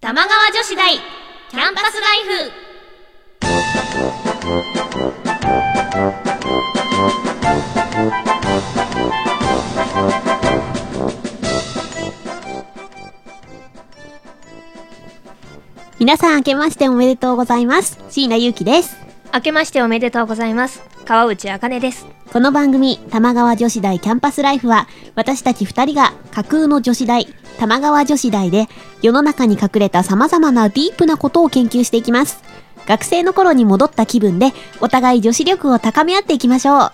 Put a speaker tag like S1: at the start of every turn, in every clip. S1: 玉川女子大キャンパスライフ
S2: 皆さん明けましておめでとうございます。椎名ゆうきです。
S1: 明けましておめでとうございます川内あかねです
S2: この番組、玉川女子大キャンパスライフは、私たち二人が架空の女子大、玉川女子大で、世の中に隠れた様々なディープなことを研究していきます。学生の頃に戻った気分で、お互い女子力を高め合っていきましょう。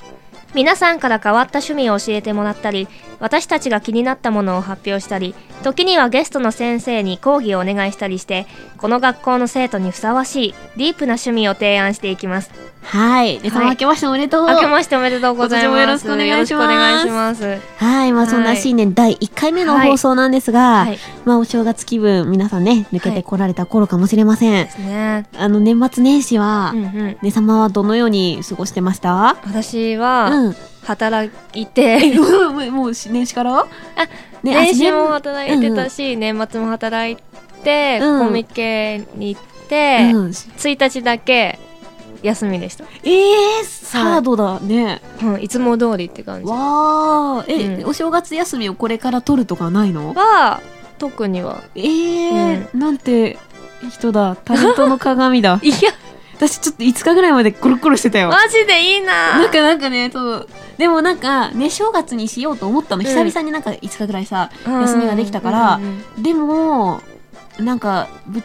S1: 皆さんから変わった趣味を教えてもらったり私たちが気になったものを発表したり時にはゲストの先生に講義をお願いしたりしてこの学校の生徒にふさわしいディープな趣味を提案していきます
S2: はい。で、さ
S1: はい
S2: ん明けましておめでとう。
S1: 明けましておめでとうございます
S2: 今年もよろしくお願いします
S1: よろしくお願いし
S2: はい。まあ、そん
S1: は
S2: ない新年第1回目の放送なんですが、
S1: はいはい
S2: まあ、お正月気分、皆さんね、抜けてこられた頃かもしれません。
S1: ますね
S2: あの、年末年始は、
S1: うんうん
S2: ね様はどのように過ごしてました
S1: 私は
S2: うん。
S1: 働いて、
S2: え、もう、もうもう年始からあ、ね
S1: 年始も
S2: あ
S1: 働いてたし、年末も働いて、
S2: うん
S1: コミケに行っ
S2: 年
S1: て、
S2: うん
S1: 1日だけ休みでした、
S2: えー、サードだね。
S1: うん、いつも通りって感じは
S2: わー。え、
S1: うん
S2: お正月休みをこれから取るとかないの
S1: 特に は。
S2: えー、なんて人だ。タレントの鏡だ
S1: いや
S2: 私ちょっと5日ぐらいまでコロコロしてたよ。
S1: マジでいいな
S2: なんかなんかね、そう。でもなんか、ね、正月にしようと思ったの。久々になんか5日ぐらいさ、休みができたから
S1: うんうん
S2: でもなんかぶっ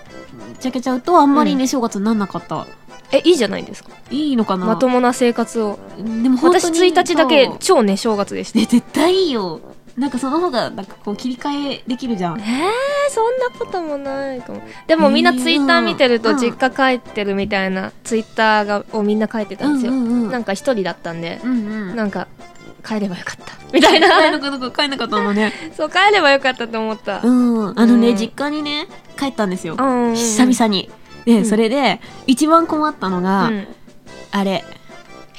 S2: ちゃけちゃうとあんまりね、正月になんなかった
S1: えいいじゃないですか
S2: いいのかな
S1: まともな生活を
S2: でも本
S1: 私
S2: 当に
S1: 1日だけ
S2: そう
S1: 超ね正月でした
S2: ね絶対いいよなんかその方がなんかこう切り替えできるじゃ
S1: え
S2: ん
S1: ー、そんなこともないかもでもみんなツイッター見てる
S2: う
S1: と
S2: ん
S1: 実家帰ってるみたいなツイッターがをみんな書いてたんですよ、
S2: うんうんうん
S1: なんか一人だったんで、
S2: うんうん
S1: なんか帰ればよかったみたいな
S2: 帰んなかった帰んなかったのね
S1: そう帰ればよかったと思った、
S2: うんあのね、
S1: うん
S2: 実家にね帰ったんですよ
S1: うん
S2: 久々にで、
S1: うん
S2: それで一番困ったのが、
S1: うん
S2: あれ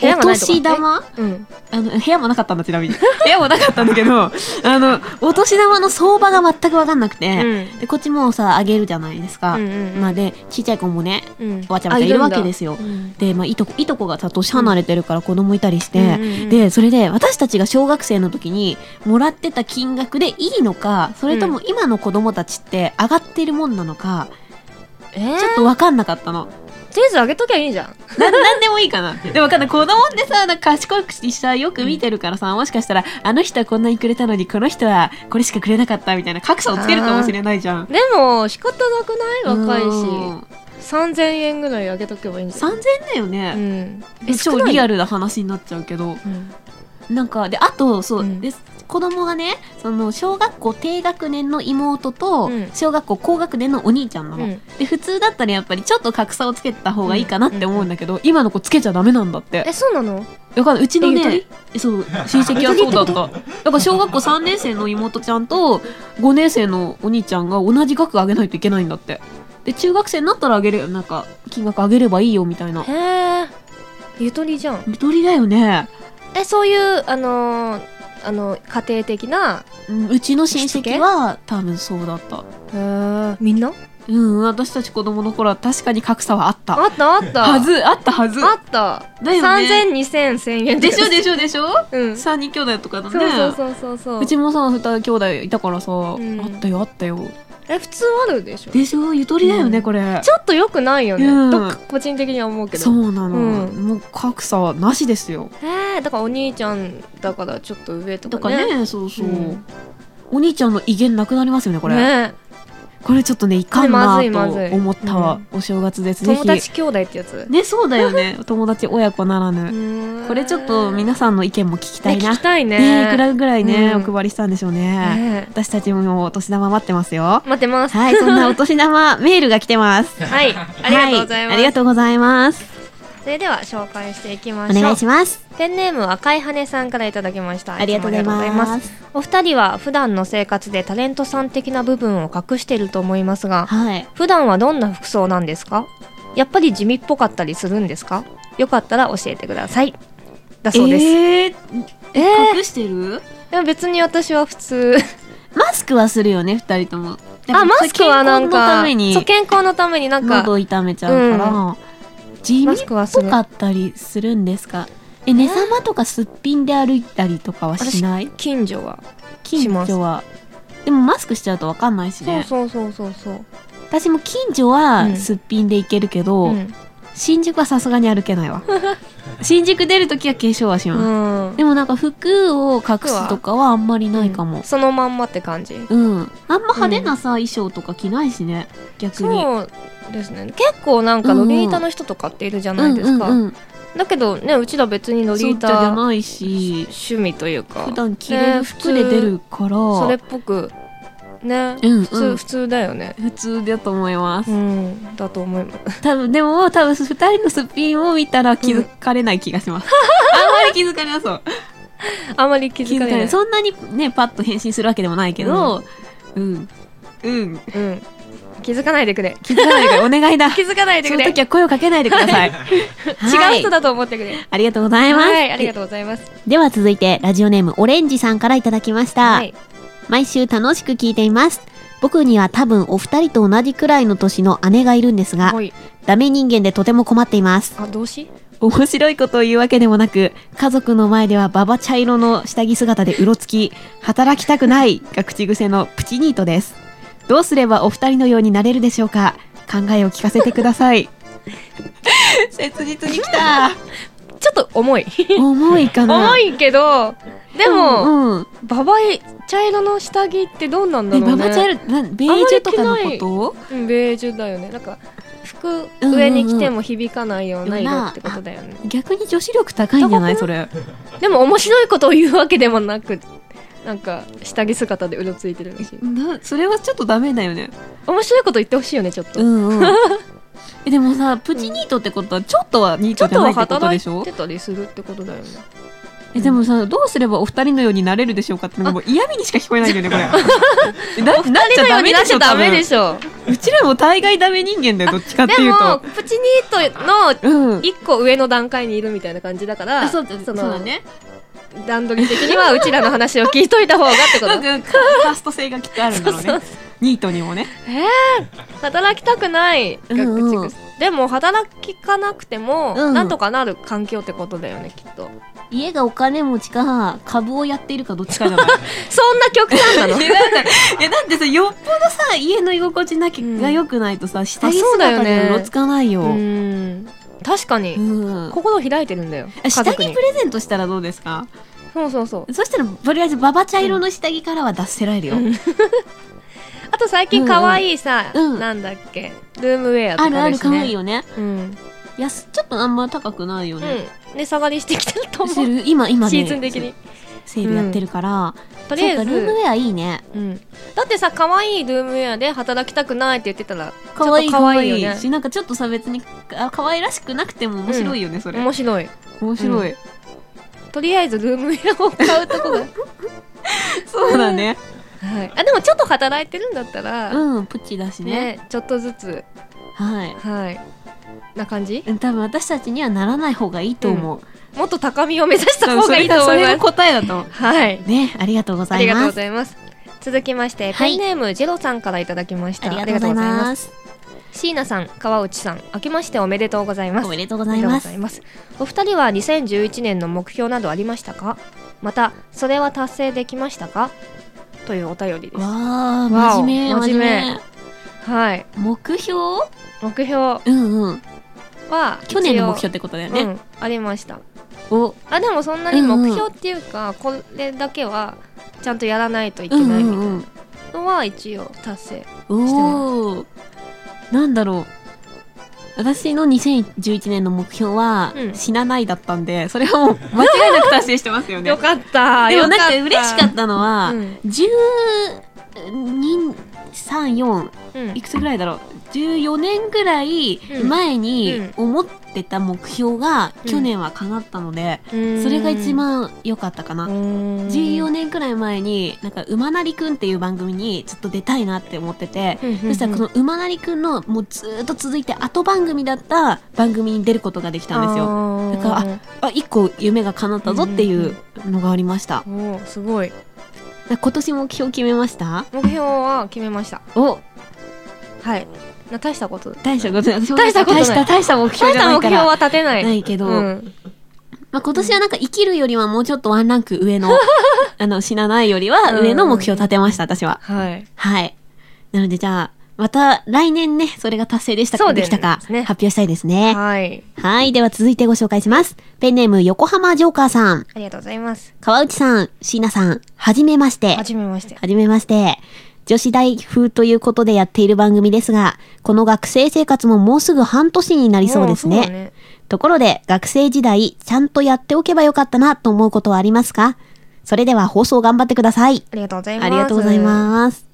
S1: 部屋
S2: お
S1: がないとこ
S2: 年玉
S1: うん
S2: あの部屋もなかったんだちなみに部屋もなかったんだけどあのお年玉の相場が全く分かんなくて、
S1: うん
S2: でこっちもさあげるじゃないですか、
S1: うんうんうん
S2: まあでちっちゃい子もね
S1: うん
S2: わちゃわちゃいるわけですよ
S1: あいるんだ
S2: で、まあ、いとこいとこがさ年離れてるから子供いたりして、
S1: うんうんうん
S2: でそれで私たちが小学生の時にもらってた金額でいいのかそれとも今の子供たちって上がってるもんなのか、
S1: えー、
S2: ち
S1: ち
S2: ょ
S1: ょ
S2: っ
S1: っ
S2: と分かんなかったの
S1: とりあえずあげときゃいいじゃん
S2: ななんでもいいかな でも分かんない子供ってさなんか賢くしさよく見てるからさもしかしたらあの人はこんなにくれたのにこの人はこれしかくれなかったみたいな格差をつけるかもしれないじゃん。
S1: でも仕方なくない若い
S2: うん
S1: し3000円ぐらいあげとけばいいんじゃん
S2: 3000だよ
S1: う
S2: ね、
S1: ん
S2: 超リア
S1: ル、
S2: ルな話になっちゃうけど
S1: うん
S2: なんかであとそう、
S1: うん
S2: で子供がねその小学校低学年の妹
S1: う
S2: と
S1: ん
S2: 小学校高学年のお兄ちゃんなの、
S1: うん
S2: で普通だったらやっぱりちょっと格差をつけた方がいいかなって思うんだけど、今の子つけちゃダメなんだって
S1: えそうなの
S2: わかんないうちの
S1: えゆと
S2: ね
S1: り
S2: そう親戚はそうだっただから小学校3年生の妹ちゃんと5年生のお兄ちゃんが同じ額あげないといけないんだってで中学生になったらあげるなんか金額上げればいいよみたいな
S1: へえゆとりじゃん
S2: ゆとりだよね
S1: えそういうあのーあの家庭的な
S2: うんうちの親戚は多分そうだった
S1: へーみんな
S2: うん私たち子供の頃は確かに格差はあった
S1: あったあった
S2: はずあったはず
S1: あった
S2: だよね
S1: 30002000円
S2: でしょでしょでしょ
S1: うんそう
S2: 3人兄弟とかだね
S1: そうそうそうそう
S2: うちもさ2兄弟いたからさ、
S1: ん
S2: あったよあったよ
S1: え普通あるでしょ
S2: でしょゆとりだよね、
S1: うん
S2: これ
S1: ちょっと良くないよね、
S2: うん
S1: どっか個人的には思うけど
S2: そうなの、
S1: うん
S2: もう格差はなしですよ
S1: えー、だからお兄ちゃんだからちょっと上と
S2: だ
S1: か
S2: から
S1: ね
S2: ねそうそう、
S1: うん
S2: お兄ちゃんの威厳なくなりますよねこれ
S1: ね
S2: これちょっとねいかんな
S1: これまずいまずい
S2: と思ったわ、お正月ですぜ
S1: 友
S2: ひ
S1: 達兄弟ってやつ、
S2: ねそうだよ ね友達親子なら
S1: う
S2: ぬ、
S1: ーん
S2: これちょっと皆さんの意見も聞きたい
S1: ね
S2: な、
S1: 聞きたいね
S2: ねえいくらぐらいね、
S1: うん
S2: お配りしたんでしょうね
S1: ね
S2: 私たちもお年玉待ってます よ
S1: 待ってます
S2: はいそんなお年玉メールが来てます
S1: はい ありがとうございま
S2: は
S1: す、
S2: ありがとうございます
S1: それでは紹介していきま
S2: お
S1: しょう
S2: 願いします
S1: ペンネーム赤い羽さんからいただきました
S2: ありがとうござい
S1: つもありがとうござい
S2: ま
S1: ます
S2: す
S1: お二人は普段の生活でタレントさん的な部分を隠していると思いますが
S2: はい
S1: 普段はどんな服装なんですかやっぱり地味っぽかったりするんですかよかったら教えてくださいだそうです、
S2: えー
S1: え
S2: 隠してる
S1: ー、別に私は普通
S2: マスクはするよね二人ともでも
S1: あマ スクはなんか
S2: それ
S1: そう
S2: 健
S1: 健康のためにな
S2: 康
S1: ん
S2: のために喉
S1: か
S2: 痛めちゃうから、地味
S1: マ
S2: っ
S1: スクはす
S2: ぽ
S1: る
S2: かったりするんですかえ寝様とかすっぴんで歩いたりとかはしない
S1: 近所は、
S2: 近所はでもマスクしちゃうとわかんないしね
S1: そうそうそうそうそう
S2: 私も近所
S1: う
S2: は
S1: ん
S2: すっぴんで行けるけど、
S1: うん
S2: 新宿はさすがに歩けな いわ新宿出るときは化粧はします、
S1: うん
S2: でもなんか服を隠すとかはあんまりないかも。
S1: そのまんまって感じ
S2: うん。あんま派手なさ、衣装とか着ないしね。逆に。
S1: そうですね結構なんかロリータの人とかっているじゃないですか、
S2: うんうんうん。
S1: だけどねうちら別にロ
S2: そ
S1: リ
S2: う
S1: ー
S2: じゃ
S1: タ
S2: ないし、
S1: 趣味というか
S2: 普段着れる服で出るから、
S1: それっぽくね、
S2: うんうん
S1: 普通普通だよね
S2: 普通だと思います。
S1: うんだと思います
S2: 多分、でも多分二人のすっぴんを見たら気づかれない気が します。あんまり気づかれなそう。
S1: あまり気づかれない
S2: そんなにね、パッと変身するわけでもないけど、うん。うん。
S1: うん、気づかないでくれ
S2: 気づかないでくれお願いだ。
S1: 気づかないで
S2: そ
S1: く
S2: の
S1: れ
S2: 時は声をかけないでくだ さい。
S1: 違う人
S2: だ。
S1: だと思ってくれ
S2: ありがとうございます。
S1: はいありがとうございます
S2: では続いてラジオネームオレンジさんからいただきました、
S1: はい
S2: 毎週楽しく聞いています僕には多分お二人と同じくらいの年の姉がいるんですが
S1: もういい
S2: ダメ人間でとても困っています
S1: あ動詞
S2: 面白いことを言うわけでもなく家族の前ではババ茶色の下着姿でうろつき働きたくないが口癖のプチニートですどうすればお二人のようになれるでしょうか考えを聞かせてください切実に来た
S1: ちょっと重い
S2: 重いかな
S1: 重いけどでも、
S2: うんうん
S1: ババ茶色の下着ってどうなんだ
S2: え
S1: ろうね
S2: ババチャエルなんベージュとかのこ
S1: うんベージュだよねなんか服
S2: うんうん
S1: 上に着ても響かないような色ってことだよね、
S2: と逆に女子力高いんじゃない
S1: 高
S2: それ
S1: でも面白いことを言うわけでもなくなんか下着姿でうろついてるらしい
S2: なそれはちょっとダメだよね
S1: 面白いこと言ってほしいよねちょっと、
S2: うんうん えでもさプチニートってことはちょっとはニー
S1: ちょ
S2: ト
S1: っ
S2: じゃ
S1: と
S2: ない
S1: は
S2: ってこと
S1: 働
S2: でしょ
S1: いてたりするってことだよね
S2: えでもさどうすればお二人のようになれるでしょうかってもう嫌味にしか聞こえないよねこれ えななっちゃダメ
S1: な
S2: で
S1: っち
S2: し
S1: ゃ
S2: ょ
S1: ダ
S2: 多
S1: メで
S2: 分
S1: しょ
S2: うちらも大概ダメ人間だよどっちかって
S1: で
S2: いう
S1: も
S2: と
S1: プチニートの
S2: うん
S1: 一個上の段階にいるみたいな感じだから
S2: そう
S1: の
S2: そうだね
S1: 段取り的にはうちらの話を聞いといた方がってこ
S2: な
S1: と
S2: んかカースト性がきっとあるんだろう
S1: そう
S2: ねニートにもね
S1: えー、働きたくないが口癖、
S2: うんうん
S1: でも働きかなくても、
S2: うん
S1: なんとかなる環境ってことだよねきっと
S2: 家がお金持ちか株をやっているかどっちかじゃない
S1: そんな極端 なの
S2: えなんか えだってさよっぽどさ家の居心地なき、
S1: うん
S2: が良くないとさ下着
S1: あそうだよ
S2: 姿
S1: ね
S2: でうろつかないよ。
S1: う
S2: うん
S1: ん確かに、心開いてるんだよ
S2: あ
S1: 家
S2: 下着
S1: 族
S2: プ
S1: に
S2: レゼントしたらどうですか
S1: そうそうそう
S2: そしたらとりあえずババ茶色の下着からは脱せられるよ、
S1: うんあと最近可愛いさ、
S2: うんうん
S1: なんだっけルームウェアと
S2: ある
S1: か
S2: あ
S1: で
S2: る
S1: すね
S2: 可愛いよね
S1: うん、
S2: 安ちょっとあんま高くないよ
S1: う
S2: ね、
S1: ん、値下がりしてきてると思う
S2: セール今今ね
S1: シーズン的に
S2: セールやってるから、
S1: とりあえ
S2: そうかルーム
S1: ず、
S2: ウェアいいね
S1: うん、だってさ可愛いルームウェアで働きたくないって言ってたら
S2: 可愛い
S1: ちょっと
S2: 可
S1: 可愛い
S2: 愛い
S1: よね
S2: しなんかちょっとさ別にあ可愛らしくなくても面白いよね、それ
S1: 面白い
S2: 面白い、
S1: とりあえずルームウェアを買うとこ が、
S2: そうだね
S1: はい、あでもちょっと働いてるんだったら、
S2: うんプチだしね
S1: ねちょっとずつ
S2: はい
S1: はいな感じ
S2: うん多分私たちにはならない方がいいと思う。
S1: もっと高みを目指し
S2: 多
S1: た
S2: 分
S1: 方
S2: そ
S1: がい
S2: れ
S1: いと
S2: がそ
S1: 思い
S2: れ
S1: ま
S2: が
S1: す
S2: 答えだと思
S1: はい。
S2: う。ね、ありがとうござ
S1: あ
S2: い
S1: りがとう
S2: ま
S1: ご
S2: す。
S1: ざいます。続きまして、
S2: は
S1: ペ
S2: い
S1: ンネームジェロさんからいただきました。。
S2: ありがとうございますす。
S1: 椎名さん、川内さん、明けましておめでとうございます。
S2: おめでとうございます
S1: お。めでとうございます。お二人は2011年の目標などありましたかまた、それは達成できましたかというお便りです。
S2: わあ、
S1: わお
S2: 真面目、真
S1: 真面
S2: 面
S1: 目
S2: 目。
S1: はい。
S2: 目標
S1: 目標は、
S2: うんうん。
S1: 一応
S2: 去年の目標ってことだよ
S1: う
S2: ね。
S1: ん、ありました。
S2: お、
S1: あ、でもそんなに目標っていうか、これだけはちゃんとやらないといけ
S2: うんう
S1: ないみたい
S2: んうん。
S1: なのは一応達成。
S2: おお。なんだろう。私の2011年の目標は
S1: うん
S2: 死なないだったんで、それはもう 間違いなく達成してますよね。
S1: よかった。
S2: でもなんか
S1: よ
S2: 嬉しかったのは、
S1: うん
S2: 12、3、4、
S1: た。うん
S2: いくつぐらいだろう14年ぐらい前に思ってた目標が
S1: うん
S2: 去年は叶ったので、
S1: うーん
S2: それが一番良かったかな、14
S1: 年
S2: 年くらい前になんか「馬なりくん」っていう番組にずっと出たいなって思ってて、そしたらこの「馬なりくん」のもうずーっと続いて後番組だった番組に出ることができたんですよ
S1: よ
S2: だからあ一個夢が叶ったぞっていうのがありました、
S1: おーすごい
S2: 今年目標決めました
S1: 目標は決めました
S2: お
S1: はいな大したこと
S2: 大したことない。
S1: 大したことない
S2: 大した、大した目
S1: 大し
S2: 標じゃ
S1: た
S2: な
S1: 目
S2: いか
S1: 標
S2: ら。
S1: は立てない
S2: ないけど、
S1: うん、
S2: まあ、今年はなんか生きるよりはもうちょっとワンランク上 の、あの、死なないよりは上の目標を立てました、私は。
S1: はい
S2: はい。なのでじゃあ、また来年ね、それが達成でした
S1: そ
S2: か、
S1: うで
S2: ですきたか、発
S1: ね
S2: 表したいですね。
S1: はい
S2: はい。では続いてご紹介します。ペンネーム、横浜ジョーカーさん、
S1: ありがとうございます
S2: 川内さん、椎名さん、はじめまして。
S1: はじめまして
S2: はじめまして。女子大風ということでやっている番組ですが、この学生生活ももうすぐ半年になりそうです
S1: おー
S2: ね。
S1: だね
S2: ところで、学生時代、ちゃんとやっておけばよかったなと思うことはありますかそれでは放送頑張ってください。
S1: ありがとうございます
S2: ありがとうございます。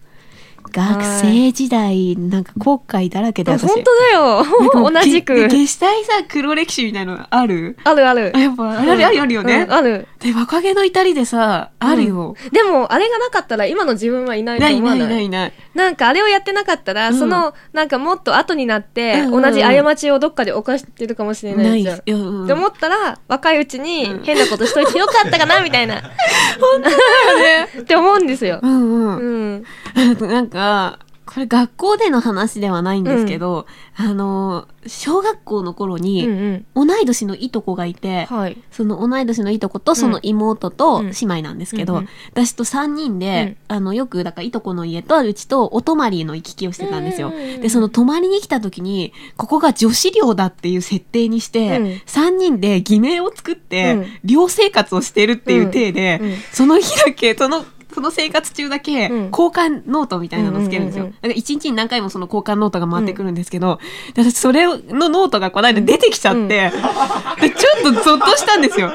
S2: 学生時代、なんか後悔だらけで
S1: あ
S2: 私。
S1: 本当だよ 同じく
S2: 消したいさ、黒歴史みたいなのある
S1: あるある
S2: やっぱ、あるあるあるよね。
S1: うんある
S2: で、若気の至りでさ、あるよ。
S1: でもあれがなかったら今の自分はいないと
S2: ない
S1: 思わ
S2: な
S1: ないい
S2: ないない。
S1: なんかあれをやってなかったら、
S2: うん
S1: そのなんかもっと後になって、
S2: うんうんうん
S1: 同じ過ちをどっかで犯してるかもしれないじゃん。っ
S2: いやうん
S1: て思ったら若いうち
S2: うん
S1: に変なことしといてよかったか なみたいなっ
S2: ね。
S1: て思うんですよ
S2: う。んうん。
S1: うん、
S2: なんか、これ学校での話ではないんですけど、あの、小学校の頃
S1: うん、う
S2: に、
S1: ん、
S2: 同い年のいとこがいて、
S1: はい。
S2: その同い年のいとことその妹
S1: う
S2: と
S1: ん
S2: 姉妹なんですけど、
S1: うんうん
S2: 私と3人で、あの、よく、だからいとこの家とうちとお泊まりの行き来をしてたんですよ。で、その泊まりに来た時に、ここが女子寮だっていう設定にして、
S1: うん
S2: 3人で偽名を作っ
S1: う
S2: て、
S1: ん
S2: 寮生活をしてるっていう体で、
S1: うんうん
S2: その日だけ、その、その生活中だけ、
S1: うん
S2: 交換ノートみたいなのをつけるんですよ。
S1: うんう
S2: だ
S1: ん
S2: から一日に何回もその交換ノートが回ってくるんですけど、で私それのノートがこの間出てきちゃって、
S1: うん
S2: でちょっとゾッとしたんですよ。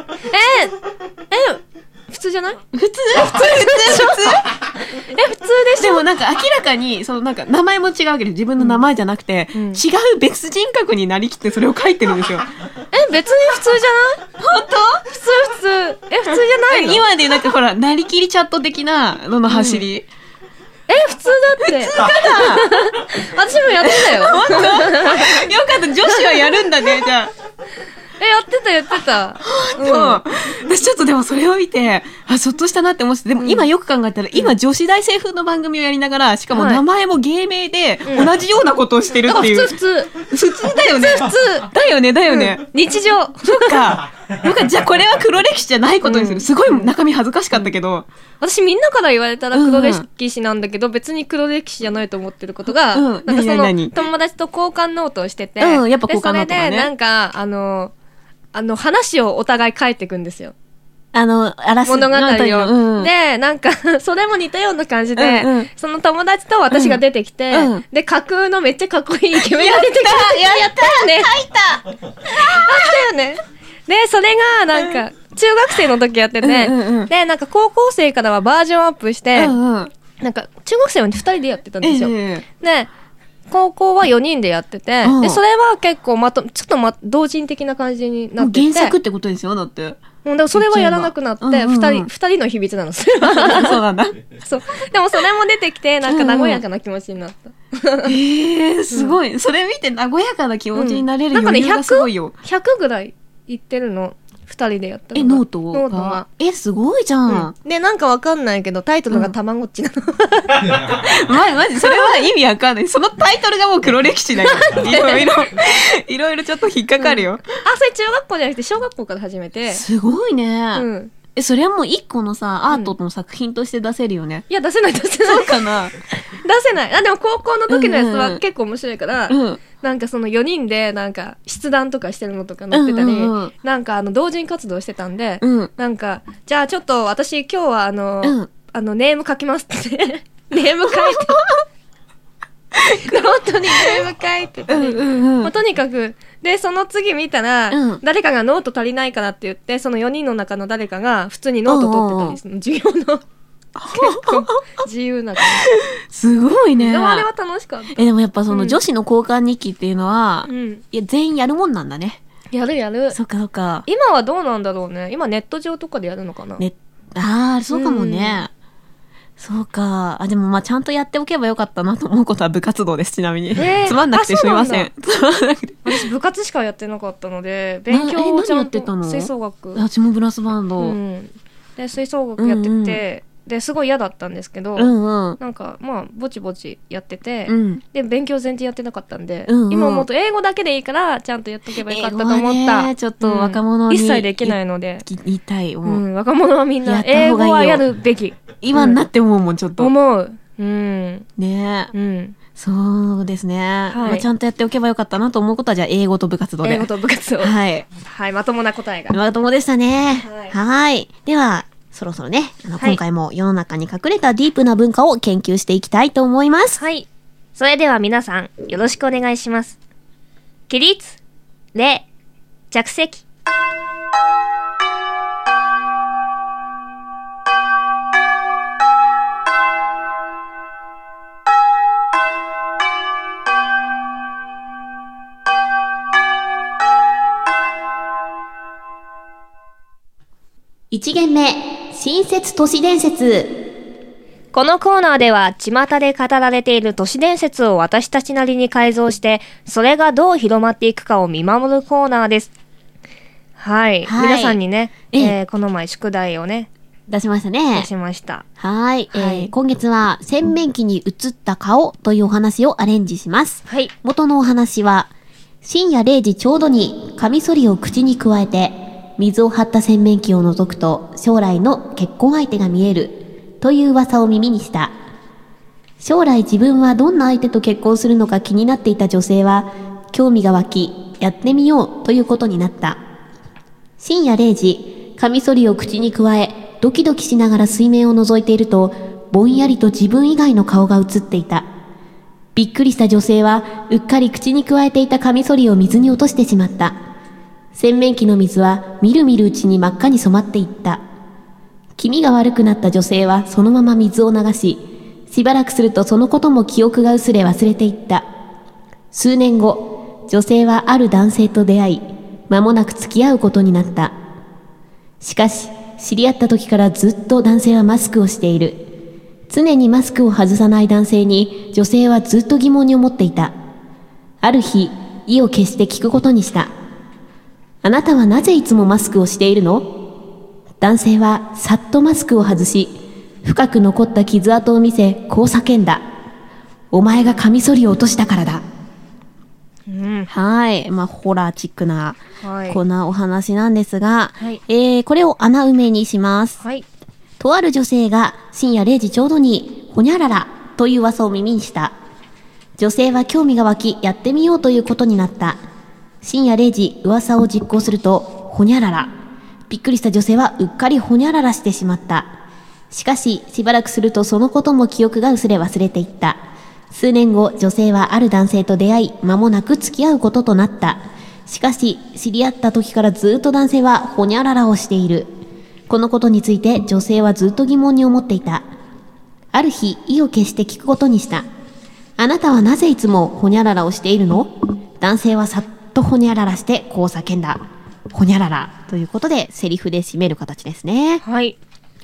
S1: ええ普通じゃない？
S2: 普通普通普通 普通
S1: え普通 でし
S2: でもなんか明らかに、そのなんか名前も違うけど自分の名前じゃなくて、
S1: うんうん
S2: 違う別人格になりきってそれを書いてるんですよ。
S1: ょ？え別に普通じゃない？
S2: 本当
S1: 普通普通え普通じゃないの？え
S2: 今で言うなんかほら、なりきりチャット的なのの走り。
S1: 普通だって。普通かな？私もやってたよ。
S2: 本当よかった、女子はやるんだね、じゃあ。
S1: えやってたやってた。
S2: そう。私ちょっとでもそれを見て、あ、そっとしたなって思って、でも今よく考えたら、今女子大生風の番組をやりながら、しかも
S1: はい
S2: 名前も芸名で
S1: うん
S2: 同じようなことをしてる
S1: だ
S2: っ
S1: か
S2: て
S1: ら
S2: い
S1: 普
S2: う。
S1: 通普通。
S2: 普通だよね。
S1: 普通。
S2: だよね、だよね。
S1: うん日常。
S2: そっか。なんか、じゃあこれは黒歴史じゃないことにする。すごい中身恥ずかしかったけど。
S1: 私みんなから言われたら黒歴史なんだけど、別に黒歴史じゃないと思ってることが、
S2: うん
S1: なんかそ
S2: 何
S1: の
S2: 何
S1: 友達と交換ノートをしてて、
S2: うんやっぱ交換ノート
S1: で
S2: だね
S1: それでなんか、あの、あの話をお互い書いていくんですよ。
S2: あの、嵐
S1: 物語を。
S2: うん、
S1: で、なんか、 それも似たような感じで、
S2: うんうん
S1: その友達と私が出てきて、
S2: うんうん
S1: で、架空のめっちゃかっこいいイケメンが出てきて、やったやったね
S2: 入った
S1: だよね。で、それが、なんか、中学生の時やってて、
S2: うんうんうん
S1: で、なんか高校生からはバージョンアップして、
S2: うんうん。
S1: なんか、中学生は2人でやってたん
S2: え
S1: ですよ。
S2: え
S1: で、高校は4人でやってて、
S2: うん
S1: で、それは結構まと、ちょっとま、同人的な感じにな
S2: も
S1: っ
S2: う
S1: てて。
S2: 原作ってことですよ、だ って。
S1: うん、でもそれはやらなくなって、
S2: うんうんうん
S1: 2人、二人の秘密なの、 それ
S2: そう
S1: は。
S2: なん だ。
S1: そう。でもそれも出てきて、なん
S2: う
S1: か
S2: んうん
S1: 和やかな気持ちになった。
S2: ええすごい。それ見て和やかな気持ちになれ
S1: う
S2: る
S1: んなんかね
S2: 余裕がすごいよ。
S1: 100ぐらい行ってるの、2人でやったのが
S2: え、ノート
S1: ノート
S2: が
S1: は。
S2: え、すごいじゃん。
S1: で、なんかわかんないけど、タイトルがたまごっちなの。
S2: ま、まじ、それは意味わかんない。そのタイトルがもう黒歴 史だよ。いろいろ、いろいろちょっと引っかかるよ。
S1: あ、それ中学校じゃなくて、小学校から始めて。
S2: すごいね。
S1: うん。
S2: え、それはもう一個のさ、アートの作品として出せるよね。
S1: いや、出せない、出せない。
S2: そうか な
S1: 出せない。あ、でも高校の時のやつ
S2: うんうんう
S1: は
S2: ん
S1: 結構面白いから、
S2: うん。
S1: なんかその4人で、なんか、筆談とかしてるのとか載ってたり、
S2: うんうんうん
S1: なんかあの、同人活動してたんで、
S2: うん。
S1: なんか、じゃあちょっと私今日はあの、
S2: うん
S1: あの、ネーム書きますって、 ね、ネーム書い て。本当にネーム書いて
S2: う
S1: た
S2: ん
S1: り。
S2: うんう
S1: まあ、
S2: ん。
S1: とにかく、で、その次見たら、
S2: うん
S1: 誰かがノート足りないからって言って、その4人の中の誰かが普通にノート取ってたり、その授業の結構自由な感
S2: すごい
S1: じ。
S2: ね
S1: で。もあれは楽しかった。
S2: え、でもやっぱそうの
S1: ん
S2: 女子の交換日記っていうのは、
S1: うん。
S2: いや、全員やるもんなんだね。
S1: やるやる。
S2: そっかそっか。
S1: 今はどうなんだろうね。今ネット上とかでやるのかな。
S2: ね、ああ、そうかもね。そうか。あ、でもまあちゃんとやっておけばよかったなと思うことは部活動です、ちなみに。
S1: えー
S2: つまんなくて
S1: あ
S2: す
S1: そ
S2: み
S1: うな
S2: ま
S1: んだ
S2: せん。つま んなくて。
S1: 私部活しかやってなかったので、勉
S2: なえ
S1: 強をちゃん
S2: 何やっ
S1: と
S2: てたの
S1: 吹奏楽。
S2: あうちもブラスバンド。
S1: うん、で吹奏楽やってて、
S2: うんうん
S1: ですごい嫌だったんですけど、
S2: うんうん。
S1: なんかまあぼちぼちやってて、
S2: うん。
S1: で勉強全然やってなかったんで、
S2: うんうん
S1: 今思うと英語だけでいいからちゃんとやっとけばよかったと思った、
S2: 英語はねちょっと若者に
S1: うん一切できないので、
S2: 言いたい。
S1: う
S2: もう、
S1: ん、若者はみん
S2: や
S1: な
S2: った方がいい
S1: 英
S2: よ
S1: 語はやるべき
S2: 今になって思うもん、ちょっと。
S1: 思ううん
S2: ねえ。
S1: うん
S2: そうですね。まあちゃんとやっておけばよかったなと思うことは、じゃあ、英語と部活動で。
S1: 英語と部活をはい、
S2: はい。
S1: まともな答えが
S2: まともでしたね。は。
S1: はいい
S2: では、そろそろね、あの、
S1: はい
S2: 今回も世の中に隠れたディープな文化を研究していきたいと思います。
S1: はいそれでは皆さんよろしくお願いします起立礼着席
S2: 一限目、新設都市伝説。
S1: このコーナーでは巷で語られている都市伝説を私たちなりに改造してそれがどう広まっていくかを見守るコーナーですはい、
S2: はい
S1: 皆さんにね、
S2: ええ
S1: えーこの前宿題をね
S2: 出しましたね
S1: 出。しました
S2: はい、えー
S1: はい
S2: 今月は洗面器に映った顔というお話をアレンジします。
S1: はい
S2: 元のお話は、深夜0時ちょうどにカミソリを口に加えて、水を張った洗面器を覗くと将来の結婚相手が見えるという噂を耳にした。将来自分はどんな相手と結婚するのか気になっていた女性は、興味が湧き、やってみようということになった。深夜0時、カミソリを口に加え、ドキドキしながら水面を覗いていると、ぼんやりと自分以外の顔が映っていた。びっくりした女性は、うっかり口に加えていたカミソリを水に落としてしまった。洗面器の水は、みるみるうちに真っ赤に染まっていった。気味が悪くなった女性は、そのまま水を流し、しばらくするとそのことも記憶が薄れ忘れていった。数年後、女性はある男性と出会い、間もなく付き合うことになった。しかし、知り合った時からずっと男性はマスクをしている。常にマスクを外さない男性に女性はずっと疑問に思っていた。ある日、意を決して聞くことにした。あなたはなぜいつもマスクをしているの男性はさっとマスクを外し、深く残った傷跡を見せ、こう叫んだ。お前がカミソリを落としたからだ。
S1: うん
S2: はい。まあ、ホラーチックな、
S1: はい
S2: こんなお話なんですが、
S1: はい
S2: えー、これを穴埋めにします。
S1: はい
S2: とある女性が深夜0時ちょうどに、ほにゃららという噂を耳にした。女性は興味が湧き、やってみようということになった。深夜0時、噂を実行すると、ほにゃらら。びっくりした女性はうっかりほにゃららしてしまった。しかし、しばらくするとそのことも記憶が薄れ忘れていった。数年後、女性はある男性と出会い、間もなく付き合うこととなった。しかし、知り合った時からずっと男性はほにゃららをしている。このことについて女性はずっと疑問に思っていた。ある日、意を決して聞くことにした。あなたはなぜいつもほにゃららをしているの男性はさっとほにゃららしてこう叫んだ。ほにゃらら。ということで、セリフで締める形ですね。
S1: はい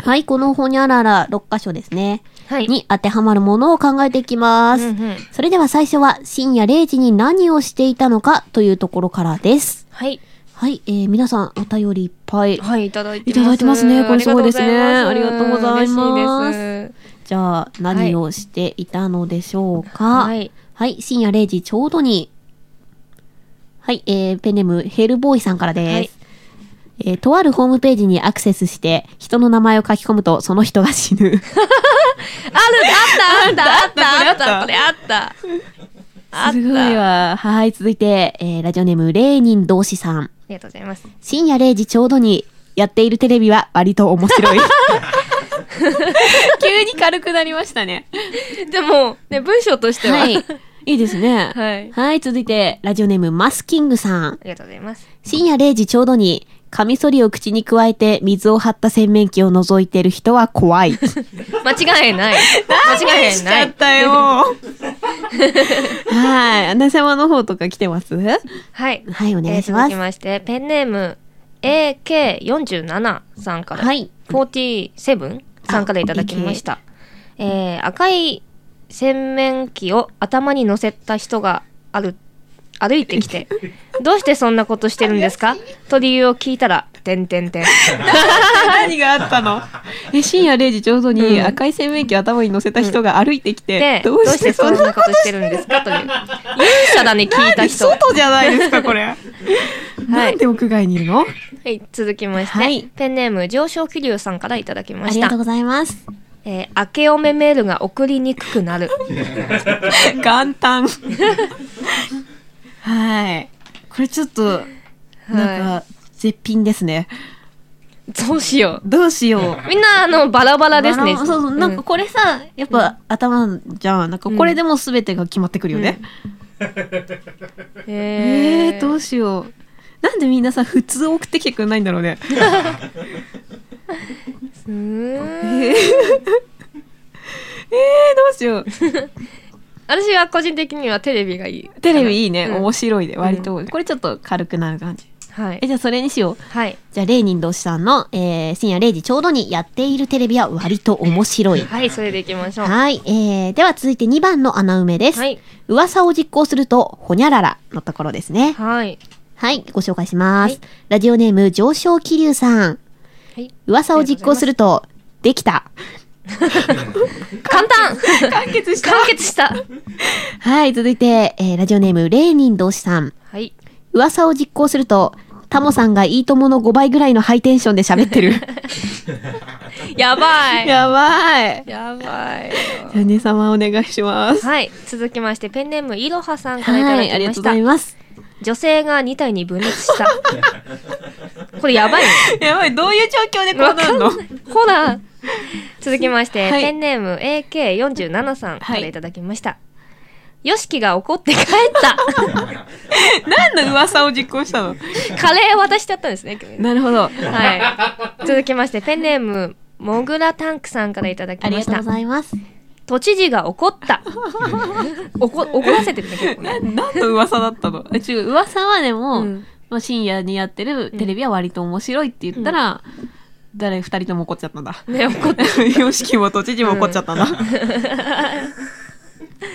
S2: はい、このほにゃらら6箇所ですね。
S1: はい
S2: に当てはまるものを考えていきます。
S1: うんうん
S2: それでは最初は深夜0時に何をしていたのかというところからです。
S1: はい
S2: はい、えー、皆さんお便りいっぱい。
S1: はいいただいて
S2: いただいてますねこれすごいですね
S1: ありがとうございます
S2: ありがとうござい
S1: 嬉
S2: ます
S1: しいで
S2: じゃあ何をしていたのでしょうか。
S1: は
S2: はいい、深夜0時ちょうどに。はい、えー、ペンネームヘルボーイさんからです。
S1: はい
S2: えーとあるホームページにアクセスして、人の名前を書き込むと、その人が死 ぬ。
S1: あるあったあったあったあったあったあったあった
S2: すごいわ。はい、続いて、えーラジオネーム、レーニン同士さん。
S1: ありがとうございます
S2: 深夜0時ちょうどに、やっているテレビは割と面白い。 急に軽くなりましたね。
S1: でもね文章としては
S2: はい。いいですね。
S1: はい
S2: はい、続いて、ラジオネーム、マスキングさん。
S1: ありがとうございます
S2: 深夜0時ちょうどに、カミソリを口に加えて水を張った洗面器を覗いてる人は怖 い。
S1: 間違い ない間違いない
S2: た よ。はい。アナ様の方とか来てます
S1: はい
S2: はいお願いします
S1: えー続きましてペンネーム AK47 さんから
S2: はい
S1: 47さんからいただきましたえー赤い洗面器を頭に乗せた人が ある歩いてきてどうしてそんなことしてるんですかと理由を聞いたらっててんてんてん。
S2: 何があったのえ深夜0時ちょうどに赤い洗面器を頭に乗せた人が歩いてきて
S1: で、、
S2: どうしてそんな
S1: ことしてるんですかという。勇者だね、聞いた人。
S2: 外じゃないですかこれ、 なんで屋外にいるの
S1: はい、続きまして、
S2: はい
S1: ペンネーム上昇気流さんからいただきま
S2: あ
S1: し
S2: りがと
S1: た
S2: う。ございます
S1: えー、明けおめメールが送りにくくなる。
S2: 元旦はいこれちょっと
S1: は
S2: なんか絶品ですね
S1: い。どうしよ
S2: どうしよう
S1: う。みんな、あの、バラバラですね。
S2: そうそうなんかこれさやっぱ頭じゃんなんかこれでもう全てが決まってくるよね、
S1: うん
S2: え
S1: え
S2: ー、どうしようなんでみんなさ普通送ってきてくれないんだろうね
S1: うー
S2: え
S1: ん
S2: ー、えー、どうしよう
S1: 私は個人的にはテレビがいい。
S2: テレビいいね、
S1: うん
S2: 面白いで割と、これちょっと軽くなる感じ
S1: は
S2: え
S1: い。
S2: じゃあそれにしよう
S1: はい。
S2: じゃあレイニン同士さんの、えー深夜0時ちょうどにやっているテレビは割と面白い
S1: はい、それでいきましょう。
S2: はい、えー、では続いて2番の穴埋めです、
S1: はい。
S2: 噂を実行するとほにゃららのところですね
S1: はい。
S2: はい、ご紹介します。
S1: はい
S2: ラジオネーム、上昇気流さん。
S1: はい。
S2: 噂を実行すると、できた。
S1: 簡単
S2: 完結し
S1: 完結した
S2: はい、続いて、えーラジオネーム、レーニン同士さん。
S1: はい。
S2: 噂を実行すると、タモさんがいいともの5倍ぐらいのハイテンションで喋って る。
S1: やばいや
S2: やばい。
S1: ばい。
S2: 姉様お願いします。
S1: はい。続きまして、ペンネームいろはさんからいた
S2: はい、
S1: だき
S2: ありが
S1: ま
S2: とう
S1: し
S2: ご
S1: た
S2: ざい。ます。
S1: 女性が2体に分裂した。これやばいね。
S2: やばい、どういう状況で
S1: わかんないほら。続きまして、
S2: はい
S1: ペンネーム AK47 さんからいただきました。よしきが怒って帰 った。
S2: 何の噂を実行したの
S1: カレー渡しちゃったんですね。今日ね
S2: なるほど。
S1: はい。続きまして、ペンネーム、もぐらタンクさんからいただき
S2: あり
S1: ま
S2: が
S1: し
S2: とう
S1: た
S2: ご。ざいます。
S1: 都知事が怒った。怒、怒らせてるね、結構ね。
S2: 何の噂だったの えちゅ噂はでも、
S1: うん
S2: まあ、深夜にやってるテレビは割と面白いって言ったら、誰二人とも怒っちゃったん だ。
S1: ね、怒った。
S2: よしきも都知事も怒っちゃったんだ。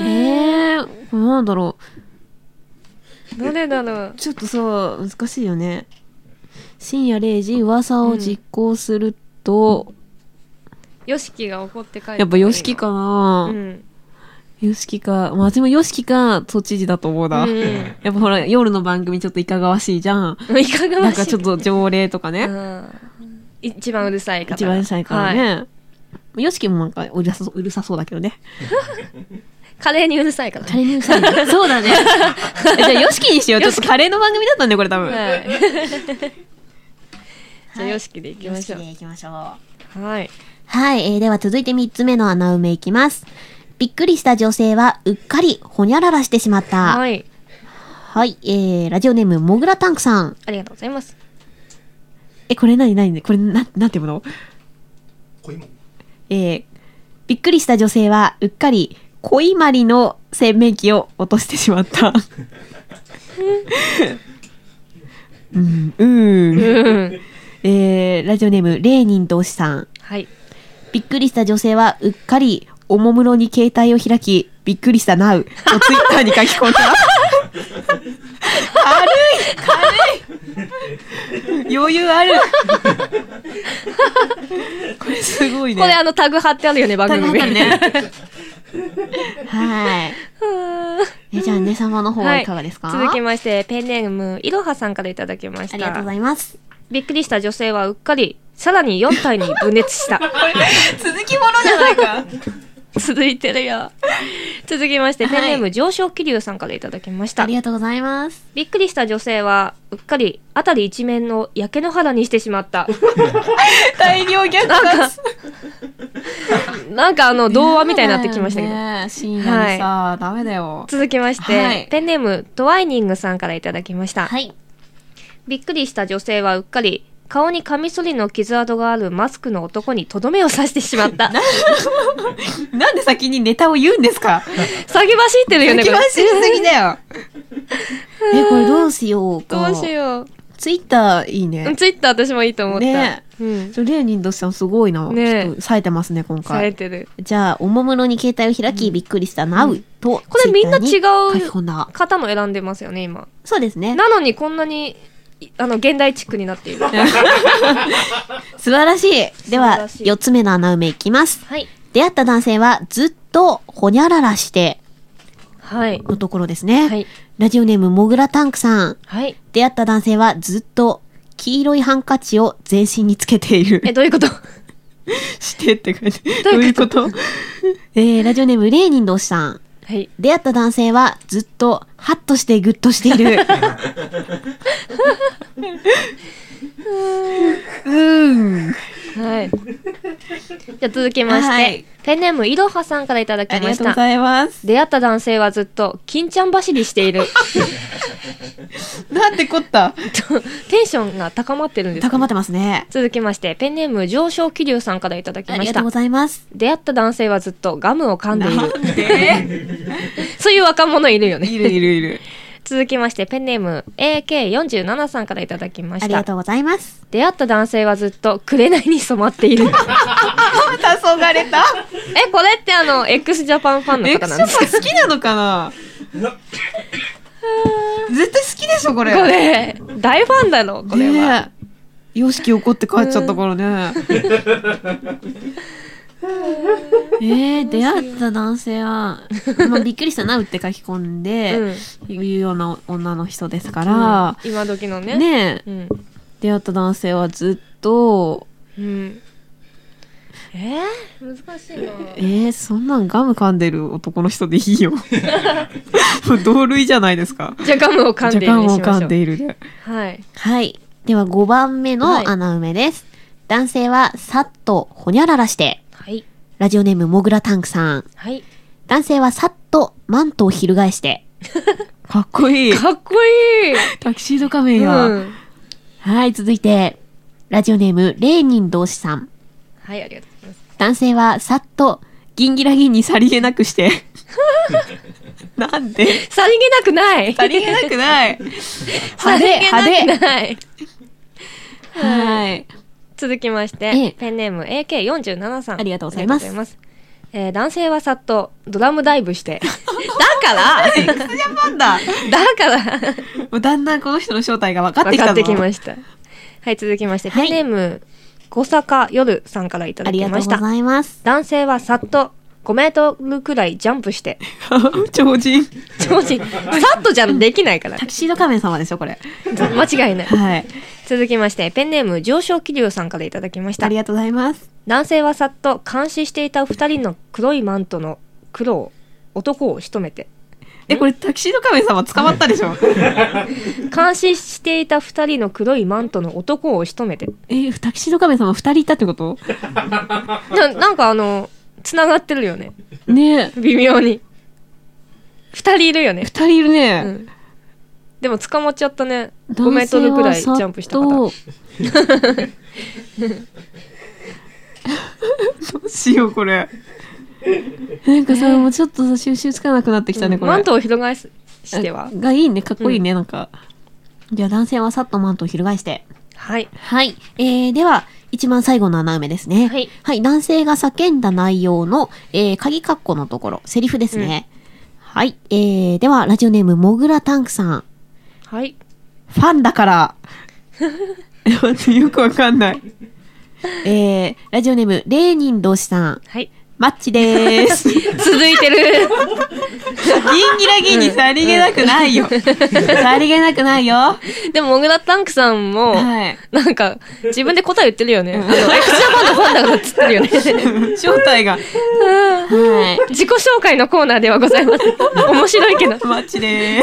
S2: えー、なんだろ
S1: どれだろう
S2: う。。ちょっとさ、難しいよね。深夜0時、噂を実行すると、
S1: よしきが怒って帰った。
S2: やっぱよしきか
S1: う
S2: な、
S1: ん。
S2: よしきか。まあ、でもよしきか都知事だと思うな。
S1: うん
S2: やっぱほら、夜の番組ちょっといかがわしいじゃん。
S1: うん。いかが
S2: な
S1: わ
S2: ん
S1: しい。
S2: かちょっと条例とかね。
S1: うん一番うるさい方が。
S2: 一番最から
S1: はい。
S2: ね。よしきもなんかうるさそううるさそうだけどね。
S1: カレーにうるさい方。
S2: レーにうるさい。そうだね。 じゃあよしきにしよう。ちょっとカレーの番組だったんだよ、これ多分。
S1: はい。じゃあ、よしきでいきましょう。
S2: いきましょう。
S1: はい。
S2: はい、えーでは続いて3つ目の穴埋めいきます。びっくりした女性は、うっかり、ほにゃららしてしまった。はい、
S1: はい。
S2: えー、ラジオネーム、もぐらタンクさん。
S1: ありがとうございます。
S2: え、これ何何これ、な、なんていうの
S3: こいもん
S2: えー、びっくりした女性は、うっかり、コイマリの洗面器を落としてし まった。うん、うん。
S1: うん。
S2: えー、ラジオネーム、レーニン同士さん。
S1: はい。
S2: びっくりした女性は、うっかり、おもむろに携帯を開き、びっくりしたなう、とツイッターに書き込んだ。軽い軽い余裕あるこれすごいね。
S1: これあのタグ貼ってあるよね、番組
S2: 食べたね。 はい。
S1: うん
S2: えじゃあ姉様の方
S1: は
S2: はいかがですか、
S1: 続きまして、ペンネーム、いろはさんからいただきました。
S2: ありがとうございます。
S1: びっくりした女性はうっかり、さらに4体に分裂 した。
S2: 続きものじゃない か。
S1: 続いてるよ。続きまして、ペンネー
S2: は
S1: ム、上昇気流さんからいただきまし
S2: あ
S1: た
S2: り。がとうございます。
S1: びっくりした女性は、うっかり、あたり一面の焼け野原にしてしま った。
S2: 大量虐殺
S1: なんかあの、童話みたいになってきましたけど。
S2: ねえ深夜にさ、ダメだよ。
S1: 続きまして、
S2: はい
S1: ペンネーム、トワイニングさんからいただきました。
S2: はい。
S1: びっくりした女性はうっかり、顔にカミソリの傷跡があるマスクの男にとどめを刺してしま った。
S2: なんで先にネタを言うんですか
S1: 詐欺走ってるよね、
S2: 先
S1: これ。
S2: 走りすぎだ よ。え、これどうしよう
S1: ど
S2: か。
S1: うしよ
S2: ツイッターいいね
S1: う。。ツイッター私もいいと思った。
S2: ね
S1: うん。
S2: ちょレーニンとしてもすごいな。
S1: ねえ
S2: ちょっと冴えてますね、今
S1: 冴え
S2: 回。
S1: てる。
S2: じゃあ、おもむろに携帯を開き、びっくりしたなう、と。
S1: これみんな違う
S2: ツイッターに書き込んだ
S1: 方も選んでますよね、今。
S2: そうですね。
S1: なのにこんなにあの現代チックになっている
S2: 素晴らしい。で
S1: 素晴ら
S2: は、
S1: しい
S2: 4つ目の穴埋めいきます。
S1: はい
S2: 出会った男性は、ずっと、ほにゃららして、
S1: はい
S2: のところですね。
S1: はい
S2: ラジオネーム、もぐらタンクさん。
S1: はい
S2: 出会った男性は、ずっと、黄色いハンカチを全身につけている。
S1: えどういうこと
S2: してって感じ。
S1: ど
S2: ど
S1: う
S2: う
S1: い
S2: いうう
S1: こ
S2: ことえー、ラジオネーム、レーニンドシさん。
S1: はい
S2: 出会った男性は、ずっと、ハッとしてグッとしてい る。うーん。
S1: はいじゃあ続きまして、
S2: はい
S1: ペンネームいろはさんからいただき
S2: あり
S1: ま
S2: が
S1: し
S2: とうご
S1: た
S2: ざいます。
S1: 出会った男性はずっと金ちゃん走りしている
S2: なんてこった。
S1: テンションが高まってるんです
S2: 高まってますね。
S1: 続きましてペンネーム上昇気流さんからいただき
S2: あ
S1: ま
S2: り
S1: し
S2: がと
S1: た
S2: うございます。
S1: 出会った男性はずっとガムを噛んでいる
S2: で
S1: そういう若者いるよね
S2: いるいるいる。
S1: 続きましてペンネーム AK47 さんからいただきま
S2: あ
S1: し
S2: り
S1: た
S2: がとうございます。
S1: 出会った男性はずっと紅に染まっている
S2: 黄昏れた。
S1: えこれってあの x ジャパンファンの
S4: エ
S1: 方
S4: ク
S1: な
S4: ス
S1: ん
S4: パ
S1: ですか
S4: 好きなのか な絶対好きでしょこれ
S1: これ大ファンだろこれは、
S4: ねえよしき怒って帰っちゃったから ね
S2: えー、出会った男性は、 まあ、びっくりしたなうって書き込ん
S1: う
S2: で、
S1: ん
S2: いうような女の人ですから、
S1: うん今時のね
S2: ね
S1: う
S2: え、
S1: ん、
S2: 出会った男性はずっと、
S1: うん、えー、難しいな
S4: えー、そんなんガム噛んでる男の人でいいよもう同類じゃないですか
S1: じゃあガムを噛んでいるにし
S4: じゃあガ
S1: まし
S4: ムを噛
S1: ょ
S4: んでいるで
S1: うはい
S2: はい。では5番目
S1: はい
S2: の穴埋めです。男性は、さっと、ほにゃららして、
S1: はい
S2: ラジオネーム、もぐらタンクさん。
S1: はい
S2: 男性は、さっと、マントを翻して、
S4: かっこいい
S1: かっこいい
S4: タキシード仮面や、
S1: うん
S2: はい、続いて、ラジオネーム、レーニン同士さん。
S1: はいありがとうございます
S2: 男性は、さっと、ギンギラギンにさりげなくして。
S4: なんで
S1: さりげなくない
S4: さり げなくない
S1: さりげな
S4: 派手派
S1: くない
S2: はい。
S1: 続きまして、
S2: ええ
S1: ペンネーム AK47 さん
S2: ありがとうございます
S1: ありがとうござえー男性はさっとドラムダイブして だから
S4: ジャパンだ
S1: だから
S4: もうだんだんこの人の正体が分かっ
S1: 分
S4: てきた
S1: か
S4: の
S1: ってきましたはい続きまして、
S2: はい
S1: ペンネーム小坂夜さんからいた
S2: あ
S1: だ
S2: り
S1: き
S2: がと
S1: ま
S2: う
S1: し
S2: ご
S1: た
S2: ざいます。
S1: 男性はさっと5メートルくらいジャンプ して
S4: 超人
S1: 超人さっとじゃできないから
S4: タキシード仮面様でしょこれ
S1: 間違いない
S4: はい
S1: 続きましてペンネーム上昇気流さんからいただきまし
S4: あ
S1: た
S4: りがとうございます
S1: 男性はさっと監視していた2人の黒いマントの黒を男を仕留めて
S4: えこれタキシード仮面様捕まったでしょ
S1: 監視していた2人の黒いマントの男を仕留めて
S4: えタキシード仮面様2人いたってこと
S1: ななんかあのつながってるよね
S4: ねえ
S1: 微妙に2人いるよね
S4: 2、人いる
S1: う
S4: ね、
S1: ん、でも捕まっちゃったね5メートルくらいジャンプした方
S4: 男どうしようこれなんかそれもちょっとさ収集つかなくなってきたねこれ、
S1: マントを翻すしては
S4: がいいねかっこいいね、なんか
S2: じゃあ男性はさっとマントを翻して。
S1: はい
S2: はい。えー、では、一番最後の穴埋めですね。
S1: はい。
S2: 男性が叫んだ内容の、えー、鍵括弧のところ、セリフですね。はい。えー、では、ラジオネーム、もぐらタンクさん。
S1: はい
S4: ファンだから待ってよくわかんない
S2: えー、ラジオネーム、レーニン同士さん。
S1: はい
S2: マッチでーす。
S1: 続いてる
S4: ギンギラギンにさりげなくないよ。 さりげなくないよ。は
S1: でもモグラタンクさんも、
S4: い。
S1: なんか、自分で答え言ってるよね。あの、エクスジャパンのファンだからっつってるよね。
S4: 正体が。
S2: はい。
S1: 自己紹介のコーナーではございません。面白いけど。
S4: マッチで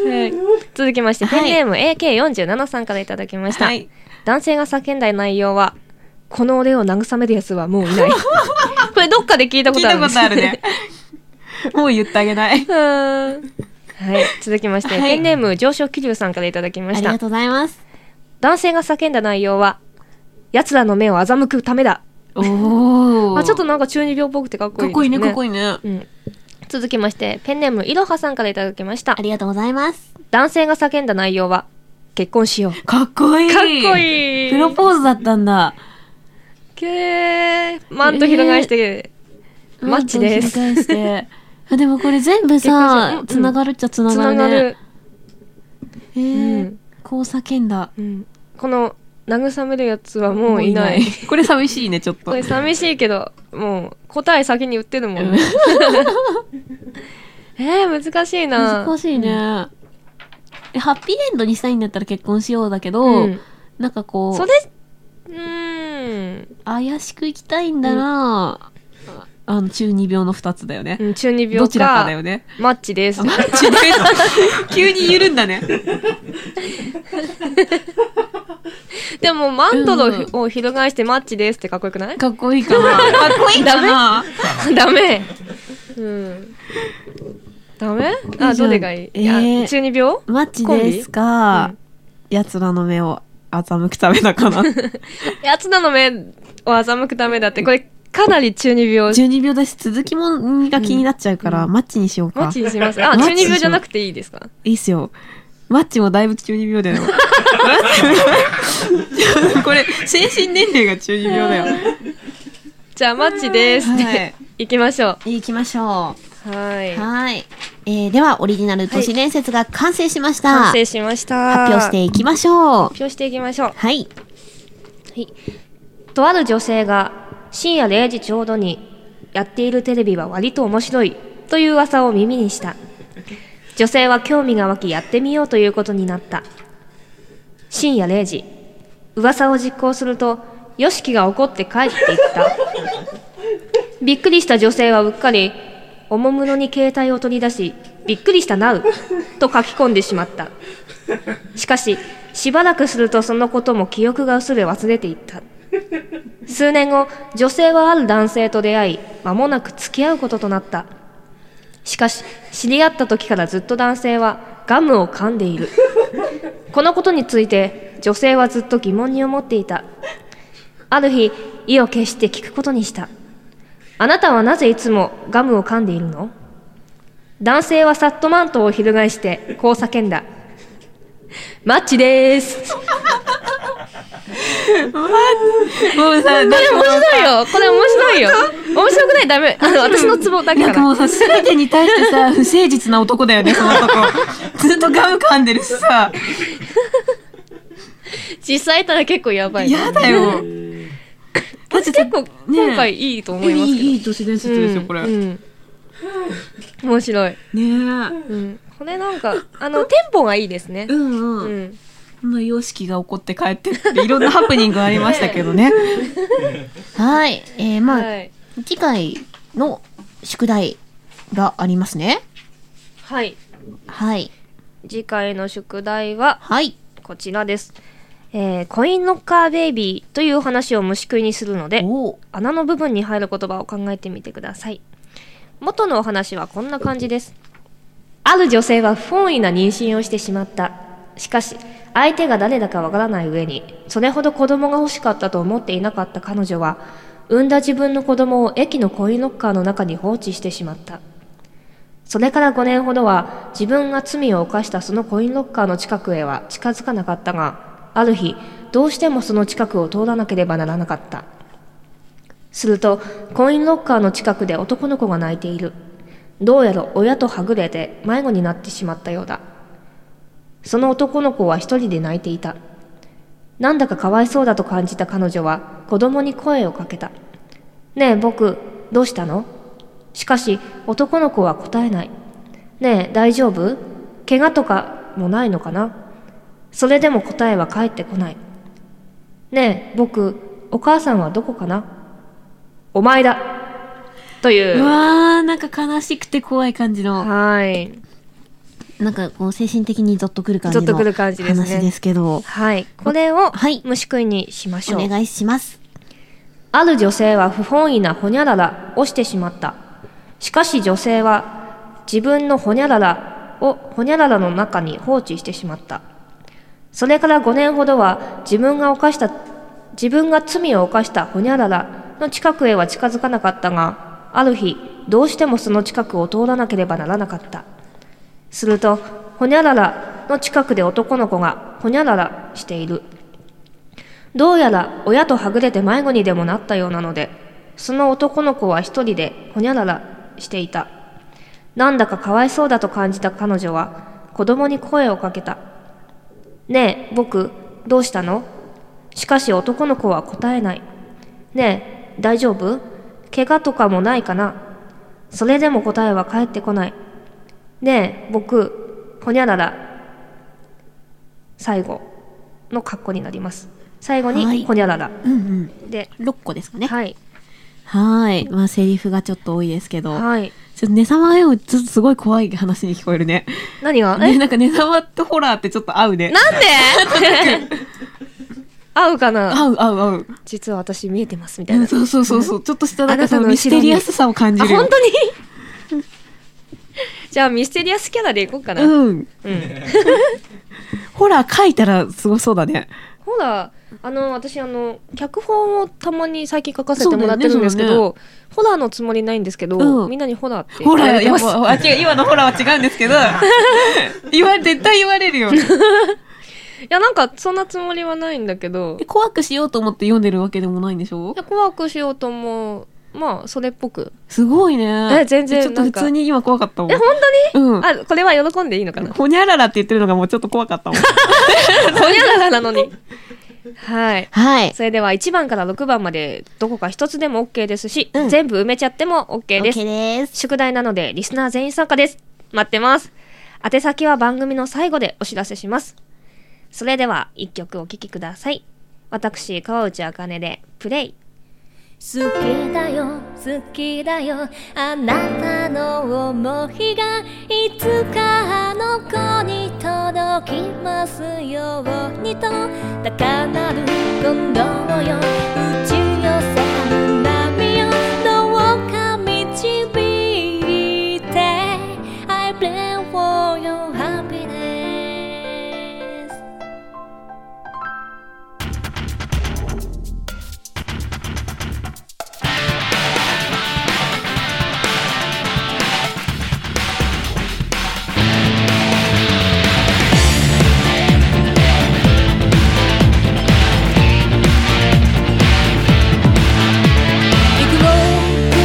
S4: ーす。
S1: 続きまして、
S2: はい
S1: ペンネーム AK47 さんからいただきました。
S4: はい。
S1: 男性が叫んだ内容は、この俺を慰める奴はもういない。これどっかで聞いたこ
S4: 聞い
S1: とあるんで
S4: たこ
S1: す
S4: とあるね。もう言ってあげない。
S1: うんはい。続きまして、
S4: はい
S1: ペンネーム上昇気流さんからいただき
S2: あ
S1: ま
S2: り
S1: した
S2: が。とうございます。
S1: 男性が叫んだ内容は、奴らの目を欺くためだ。
S4: お
S1: あ、ちょっとなんか中二病っぽくてかっこいいですね。
S4: いいね。
S1: うん、続きましてペンネームいろはさんからいただきました
S2: ありがとうございます。
S1: 男性が叫んだ内容は結婚しようか
S4: かっこいい。
S1: っこいい
S4: プロポーズだったんだ。
S1: けーマント翻して、マッチです
S4: マッチを繰り返して。
S2: あでもこれ全部
S1: 結婚し
S2: さ
S1: ようう、ん
S2: つながるっちゃつな
S1: つな
S2: がる
S1: が
S2: ね。
S1: る
S2: へ
S5: う
S2: え
S5: ん
S2: こう叫んだ
S5: うん、この慰めるやつはもういない。
S4: これ寂しいね、ちょっと
S5: こ。れ寂しいけど、もう答え先に言ってるもん、
S4: うん
S5: ね。 えー、難しいな。
S2: 難しいね、えハッピーエンドにしたいんだったら結婚しようだけど、
S5: うん
S2: なんかこう
S5: それ、うーん
S2: 怪しく生きたいんだな、あの中二病の二つだよね、
S5: うん、中二
S4: ど
S5: 病
S4: ちらか
S5: か
S4: だよね。
S5: マッチです。
S4: 急に緩んだね。
S5: でも、マントルを翻してマッチですってかっこよくない
S2: かっこいいかな
S4: かっこいいかな
S5: ダメ。うん。ダメ
S4: いい
S5: あ、
S4: じゃん
S5: どれがいい、
S4: えー
S5: いや中二病
S2: マッチですか、
S4: 奴らの目を欺くためだかな。
S5: やつなの目を欺くためだって、これかなり中二病。
S4: 12秒だし、続きもんが気になっちゃうから、マッチにしよう
S5: マ
S4: か
S5: ッ。チにします。あ、
S4: マッチ
S5: 中二病じゃなくていいですか
S4: いいっすよ。マッチもだいぶ中二病だよ。これ、精神年齢が中二病だよ。
S5: じゃあ、マッチですって、、
S4: はい
S5: きましょ
S2: 行きましょ
S5: う。はい。
S2: うはい、えー、ではオリジナル都市伝説が完成しました、
S5: 完成しました。
S2: 発表していきましょう
S5: 発表していきましょう。
S2: はい
S1: とある女性が深夜0時ちょうどにやっているテレビは割と面白いという噂を耳にした女性は興味が湧きやってみようということになった深夜0時噂を実行すると YOSHIKI が怒って帰っていったびっくりした女性はうっかりおもむろに携帯を取り出しびっくりしたなうと書き込んでしまったしかししばらくするとそのことも記憶が薄れ忘れていった数年後女性はある男性と出会い間もなく付き合うこととなったしかし知り合った時からずっと男性はガムを噛んでいるこのことについて女性はずっと疑問に思っていたある日意を決して聞くことにしたあなたはなぜいつもガムを噛んでいるの男性はサッとマントを翻してこう叫んだマッチでーす
S4: も
S5: これ面
S4: うさ、
S5: 白い よこれ面白いよ面白くないダメ。あの、私のツボだけ
S4: な
S5: か。
S4: んからもうさ、すべてに対して さ、不誠実な男だよね、その男。ずっとガム噛んでるしさ、
S5: 実際いたら結構やばいね。
S4: 嫌だよ。だって
S5: 結構、今回いいと思いますけど。
S4: いい都市伝説
S5: うん
S4: ですよ、これ。
S5: う
S4: ね
S5: ん面白い。
S4: え。うん
S5: うん。これなんか、あの、テンポがいいですね。
S4: うん。
S5: う
S4: うん
S5: ん。
S4: こんな様式が起こって帰ってって、いろんなハプニングがありましたけどね。
S2: はいえー、まあ、
S5: はい。
S2: 次回の宿題がありますね
S5: はい。
S2: はい
S5: 次回の宿題は、
S2: はい
S1: こちらです。えーコインロッカーベイビーという話を虫食いにするので、
S2: おー
S1: 穴の部分に入る言葉を考えてみてください。元のお話はこんな感じです。ある女性は不本意な妊娠をしてしまった。しかし、相手が誰だかわからない上に、それほど子供が欲しかったと思っていなかった彼女は、産んだ自分の子供を駅のコインロッカーの中に放置してしまった。それから5年ほどは自分が罪を犯したそのコインロッカーの近くへは近づかなかったが、ある日、どうしてもその近くを通らなければならなかった。すると、コインロッカーの近くで男の子が泣いている。どうやら親とはぐれて迷子になってしまったようだ。その男の子は一人で泣いていた。なんだかかわいそうだと感じた彼女は子供に声をかけた。ねえ、僕、どうしたのしかし、男の子は答えない。ねえ、大丈夫怪我とかもないのかなそれでも答えは返ってこない。ねえ、僕、お母さんはどこかなお前だというう。
S2: わーなんか悲しくて怖い感じの
S1: はい。
S2: なんかこう精神的にゾッとくる感じ
S1: ゾッと
S2: の
S1: くる感じですね
S2: 話ですけど、
S1: はい。これを
S2: はい、
S1: 虫食いにしましょう。
S2: お願いします。
S1: ある女性は不本意なほにゃららをしてしまった。しかし女性は自分のほにゃららをほにゃららの中に放置してしまった。それから5年ほどは自分が犯した、自分が罪を犯したほにゃららの近くへは近づかなかったが、ある日、どうしてもその近くを通らなければならなかった。すると、ほにゃららの近くで男の子がほにゃららしている。どうやら親とはぐれて迷子にでもなったようなので、その男の子は一人でほにゃららしていた。なんだかかわいそうだと感じた彼女は、子供に声をかけた。ねえ、僕、どうしたのしかし男の子は答えない。ねえ、大丈夫怪我とかもないかなそれでも答えは返ってこない。ねえ、僕、ほにゃらら。最後の括弧になります。最後
S2: は
S1: に、
S2: い
S1: ほにゃらら。
S2: うんうん。
S1: で、
S2: 6個ですかね。は
S1: はい。
S2: ーい。まあ、セリフがちょっと多いですけど。
S1: はい。
S2: ちょっと
S4: ネサマよ、ちょっとすごい怖い話に聞こえ るね。
S1: 何がえ
S4: ね、なんかネサマとホラーってちょっと合うね。
S1: なんで 合うかな
S4: 合う合う合う。
S1: 実は私見えてますみたいな。
S4: そうそうそうそう。ちょっとしたなん
S1: あな
S4: か
S1: た
S4: そ
S1: の
S4: の
S1: 後ろに
S4: ミステリアスさを感じ
S1: あ、
S4: るよ。
S1: 本当に じゃあミステリアスキャラでいこうかな。
S4: うん。
S1: うん。
S4: ホラー書いたらすごそうだね。
S1: ほら、あの、私、あの、脚本をたまに最近書かせてもらってるんですけ
S4: そうだよ
S1: ど、ホラーのつもりないんですけど、
S4: うん
S1: みんなにホラーって
S4: ホ
S1: 言
S4: ラ
S1: われ
S4: ー
S1: て
S4: や
S1: ま
S4: っ
S1: す。
S4: ぱ、あ違う、今のホラーは違うんですけ ど、言わ、絶対言われるよ。
S1: いや、なんか、そんなつもりはないんだけど
S4: え、 怖くしようと思って読んでるわけでもないんでしょ
S1: いや怖くしようと思う。まあ、それっぽく。
S4: すごいね。
S1: え全然
S4: ちょっと普通に今怖かったもん。
S1: え、本
S4: うん。
S1: 当にあ、これは喜んでいいのか な
S4: ほにゃららって言ってるのがもうちょっと怖か ったもん。
S1: ほにゃららなのに。はい。
S2: はい。
S1: それでは、1番から6番まで、どこか一つでも OK ですし、
S2: うん
S1: 全部埋めちゃっても OK です。
S2: OK です。
S1: 宿題なのでリスナー全員参加です。待ってます。宛先は番組の最後でお知らせします。それでは一曲お聴きください。私、川内茜でプレイ。
S6: 好きだよ好きだよあなたの想いがいつかあの子に届きますようにと高鳴る今度をよ打ち寄せる波よどうか導いて I pray for your happiness 幾億の瞬きが空を照らす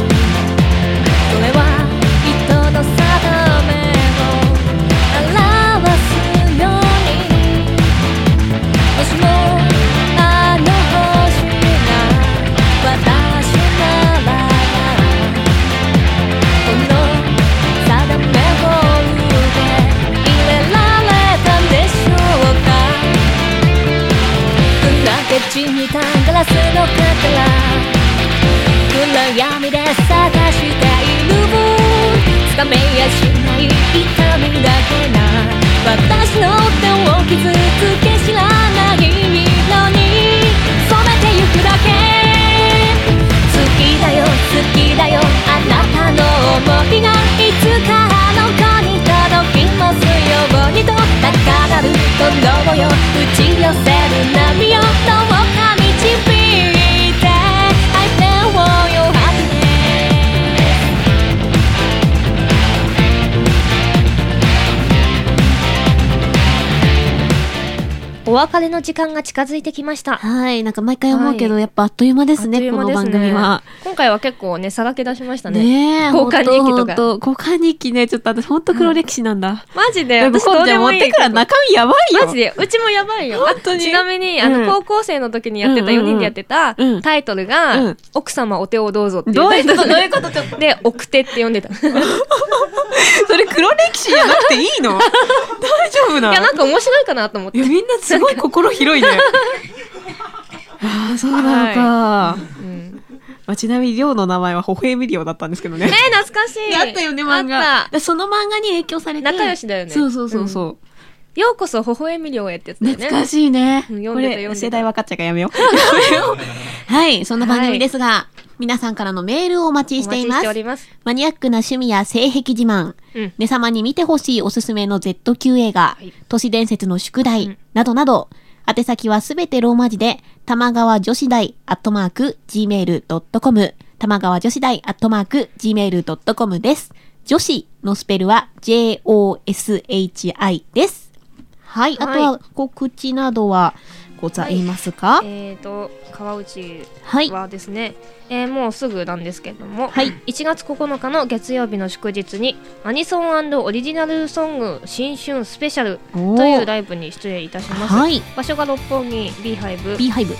S6: それは人の定めを表すようにもしもあの星が私ならこの定めを受け入れられたんでしょうかどんだけ地にたガラスのか暗闇で探しているつかめやしない痛みだけな私の手を傷つけ知らない色に染めてゆくだけ好きだよ好きだよあなたの想いがいつかあの子に届きますようにと高鳴る今度よ打ち寄せる波よどうか導いて I feel for your happiness
S1: お別れの時間が近づいてきました。
S2: はい。なんか毎回思うけど、
S1: は
S2: やっぱあっという間ですね、
S1: あっという
S2: こ
S1: 間
S2: の
S1: です
S2: 番
S1: ね
S2: 組は。。
S1: 今回は結構ね、さらけ出しましたね。
S2: ねえ。
S1: 交換日記とか
S2: ほんと交換日記ね、ちょっと私ほんと黒歴史なんだ。
S1: マジで、
S4: でも
S1: 私ど
S4: 今
S1: う
S4: じ
S1: で
S4: ゃ
S1: も
S4: 持っ
S1: いい
S4: てから中身やばいよ。
S1: マジで、うちもやばいよ。
S4: 本当に
S1: あちなみに、あの、
S4: うん
S1: 高校生の時にやってた
S4: うん
S1: 4
S4: うんうん
S1: 人でやってた
S4: うん
S1: タイトルが、
S4: うん
S1: 奥様お手を どうぞっていう
S4: どういうこ
S1: タ
S4: と
S1: イトル
S4: どういうことち ょっ
S1: で、奥手って呼んでた。い
S4: それ黒歴史じゃなくてい いの大丈夫なの
S1: や、なんか面白いかなと思って
S4: い。やみんなすごい心 広いね。ああ、そうなのか。
S1: うん
S4: まあ、ちなみに、りょうの名前は、ほほえみりょうだったんですけどね。
S1: ねえ、懐かし い。
S2: あったよね、漫
S1: あ
S2: 画。
S1: っ
S2: でその漫画に影響され
S1: た。
S2: て。
S1: 仲良しだよね。
S4: そうそうそうそう。
S1: うん。ようこそ、微笑み量へってやつだよね。
S2: 懐かしいね。
S1: うん読
S4: こ
S1: んでた
S4: れ
S1: 読んでた。
S4: 世代分かっちゃうからやめよう。
S2: はい、そんな番組ですが、皆さんからのメールをお待ち
S1: お
S2: して
S1: 待
S2: い
S1: ち
S2: ま
S1: して
S2: す
S1: お。ります。
S2: マニアックな趣味や性癖自慢、
S1: うん
S2: ねさまに見てほしいおすすめの Z 級映画、
S1: はい
S2: 都市伝説の宿題、
S1: うん
S2: などなど、宛先はすべてローマ字で、玉川女子大アットマーク gmail.com、玉川女子大アットマーク gmail.com です。女子のスペルは joshi です。はい、あとは告知などはございますか、はい、
S1: えっ、と川内
S2: はい、
S1: はですね、えーもうすぐなんですけども、
S2: はい
S1: 1月9日の月曜日の祝日にアニソンオリジナルソング新春スペシャル
S2: おー
S1: というライブに出演いたします、
S2: はい、
S1: 場所が六本木 B ハイブ
S2: B ハイブ、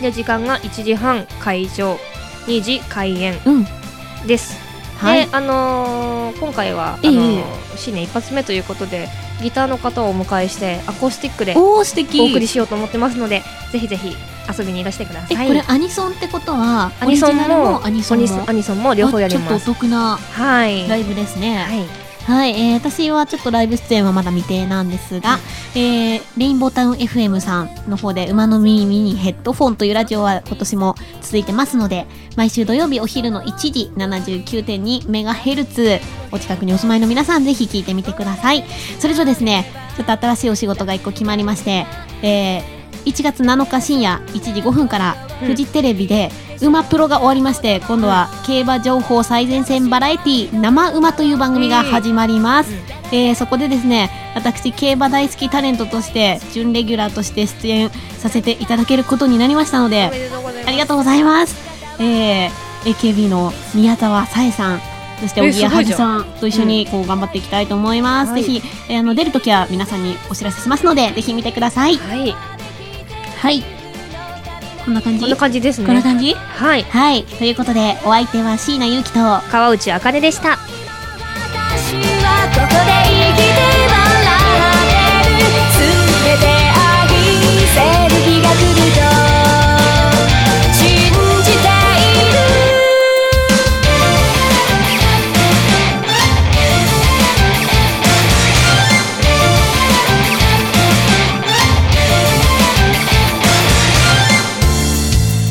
S1: で時間が1時半会場2時開演
S2: うん、
S1: です、
S2: はい
S1: で、あのー今回はあ
S2: え
S1: の
S2: え
S1: ー新年一発目ということでギターの方をお迎えしてアコースティックで
S2: おお素敵。
S1: お送りしようと思ってますのでぜひぜひ遊びにいらしてくだ
S2: え、
S1: さい
S2: これアニソンってことは
S1: アニソン
S2: オリジナル
S1: も
S2: アニソ
S1: ア
S2: ンも
S1: ニソンアニソンも両方やりま
S2: あ
S1: す
S2: ちょっとお得な
S1: はい
S2: ライブですね。
S1: はい
S2: はい、えー私はちょっとライブ出演はまだ未定なんですが、えーレインボータウン FM さんの方で馬の耳にヘッドフォンというラジオは今年も続いてますので、毎週土曜日お昼の1時79.2メガヘルツ、お近くにお住まいの皆さんぜひ聞いてみてください。それとですね、ちょっと新しいお仕事が一個決まりまして、えー1月7日深夜1時5分から
S1: うん
S2: フジテレビで「馬プロ」が終わりまして今度は競馬情報最前線バラエティー生馬」という番組が始まります、えーそこでですね私競馬大好きタレントとして準レギュラーとして出演させていただけることになりましたのでありがとうございます。えー AKB の宮沢さえさん、そして
S5: え
S2: 小木
S5: すご
S2: は
S5: じ
S2: じ
S5: ゃん
S2: さんと一緒にこう頑張っていきたいと思います。
S1: はい
S2: ぜひ、えーあの出るときは皆さんにお知らせしますので、ぜひ見てください。
S1: はい
S2: はい。こんな感じ
S1: こんな感じです
S2: こんな
S1: ね
S2: 感じ
S1: はい
S2: はい。ということで、お相手は椎名ゆうきと、
S1: 川内あかねでした
S6: 私はここで生きて笑ってる全て愛せる日が来ると信じている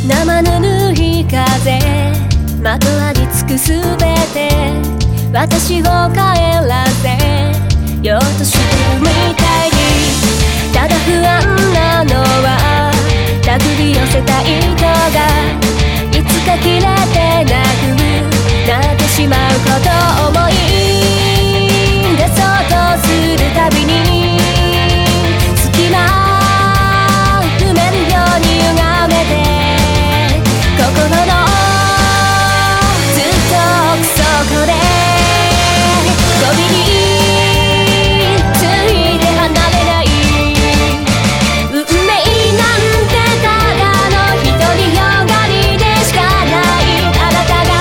S6: 生ぬるい風まとわりつくすべて私を帰らせようとしてるみたいにただ不安なのは手繰り寄せた糸がいつか切れてなくなってしまうことを思い出そうとするたびに隙間埋めるように歪めて心のずっと奥底でゴミについて離れない運命なんてただの独りよがりでしかないあなたが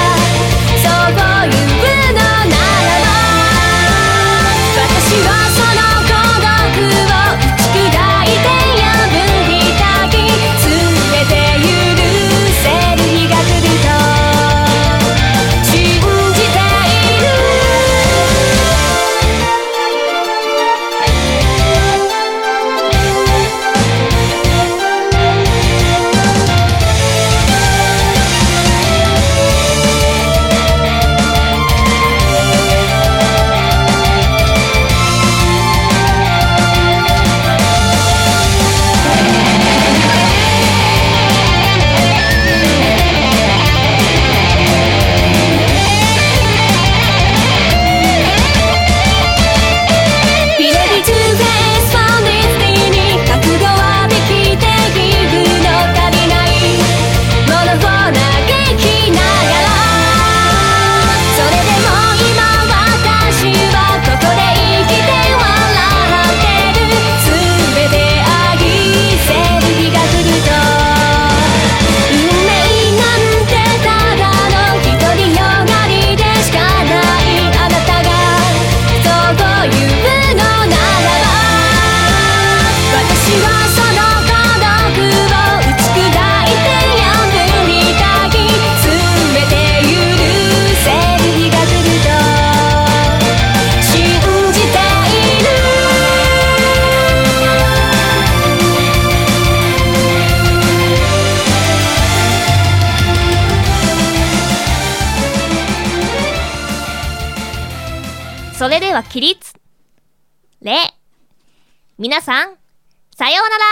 S6: そういうのならば私はその孤独を打ち砕いて破りたき全て許せる日が来ると信じているビレディトゥーフェイスファンディスティに覚悟はできてギブの足りないものを嘆きながらそれでも今私はここで生きて笑ってる全て愛せる日が来ると運命なんてただの独りよがりでしかないあなたがそういうのならば私はその孤独を打ち砕いて破りたき全て許せる日が来ると信じている
S1: それでは起立礼皆さんさようなら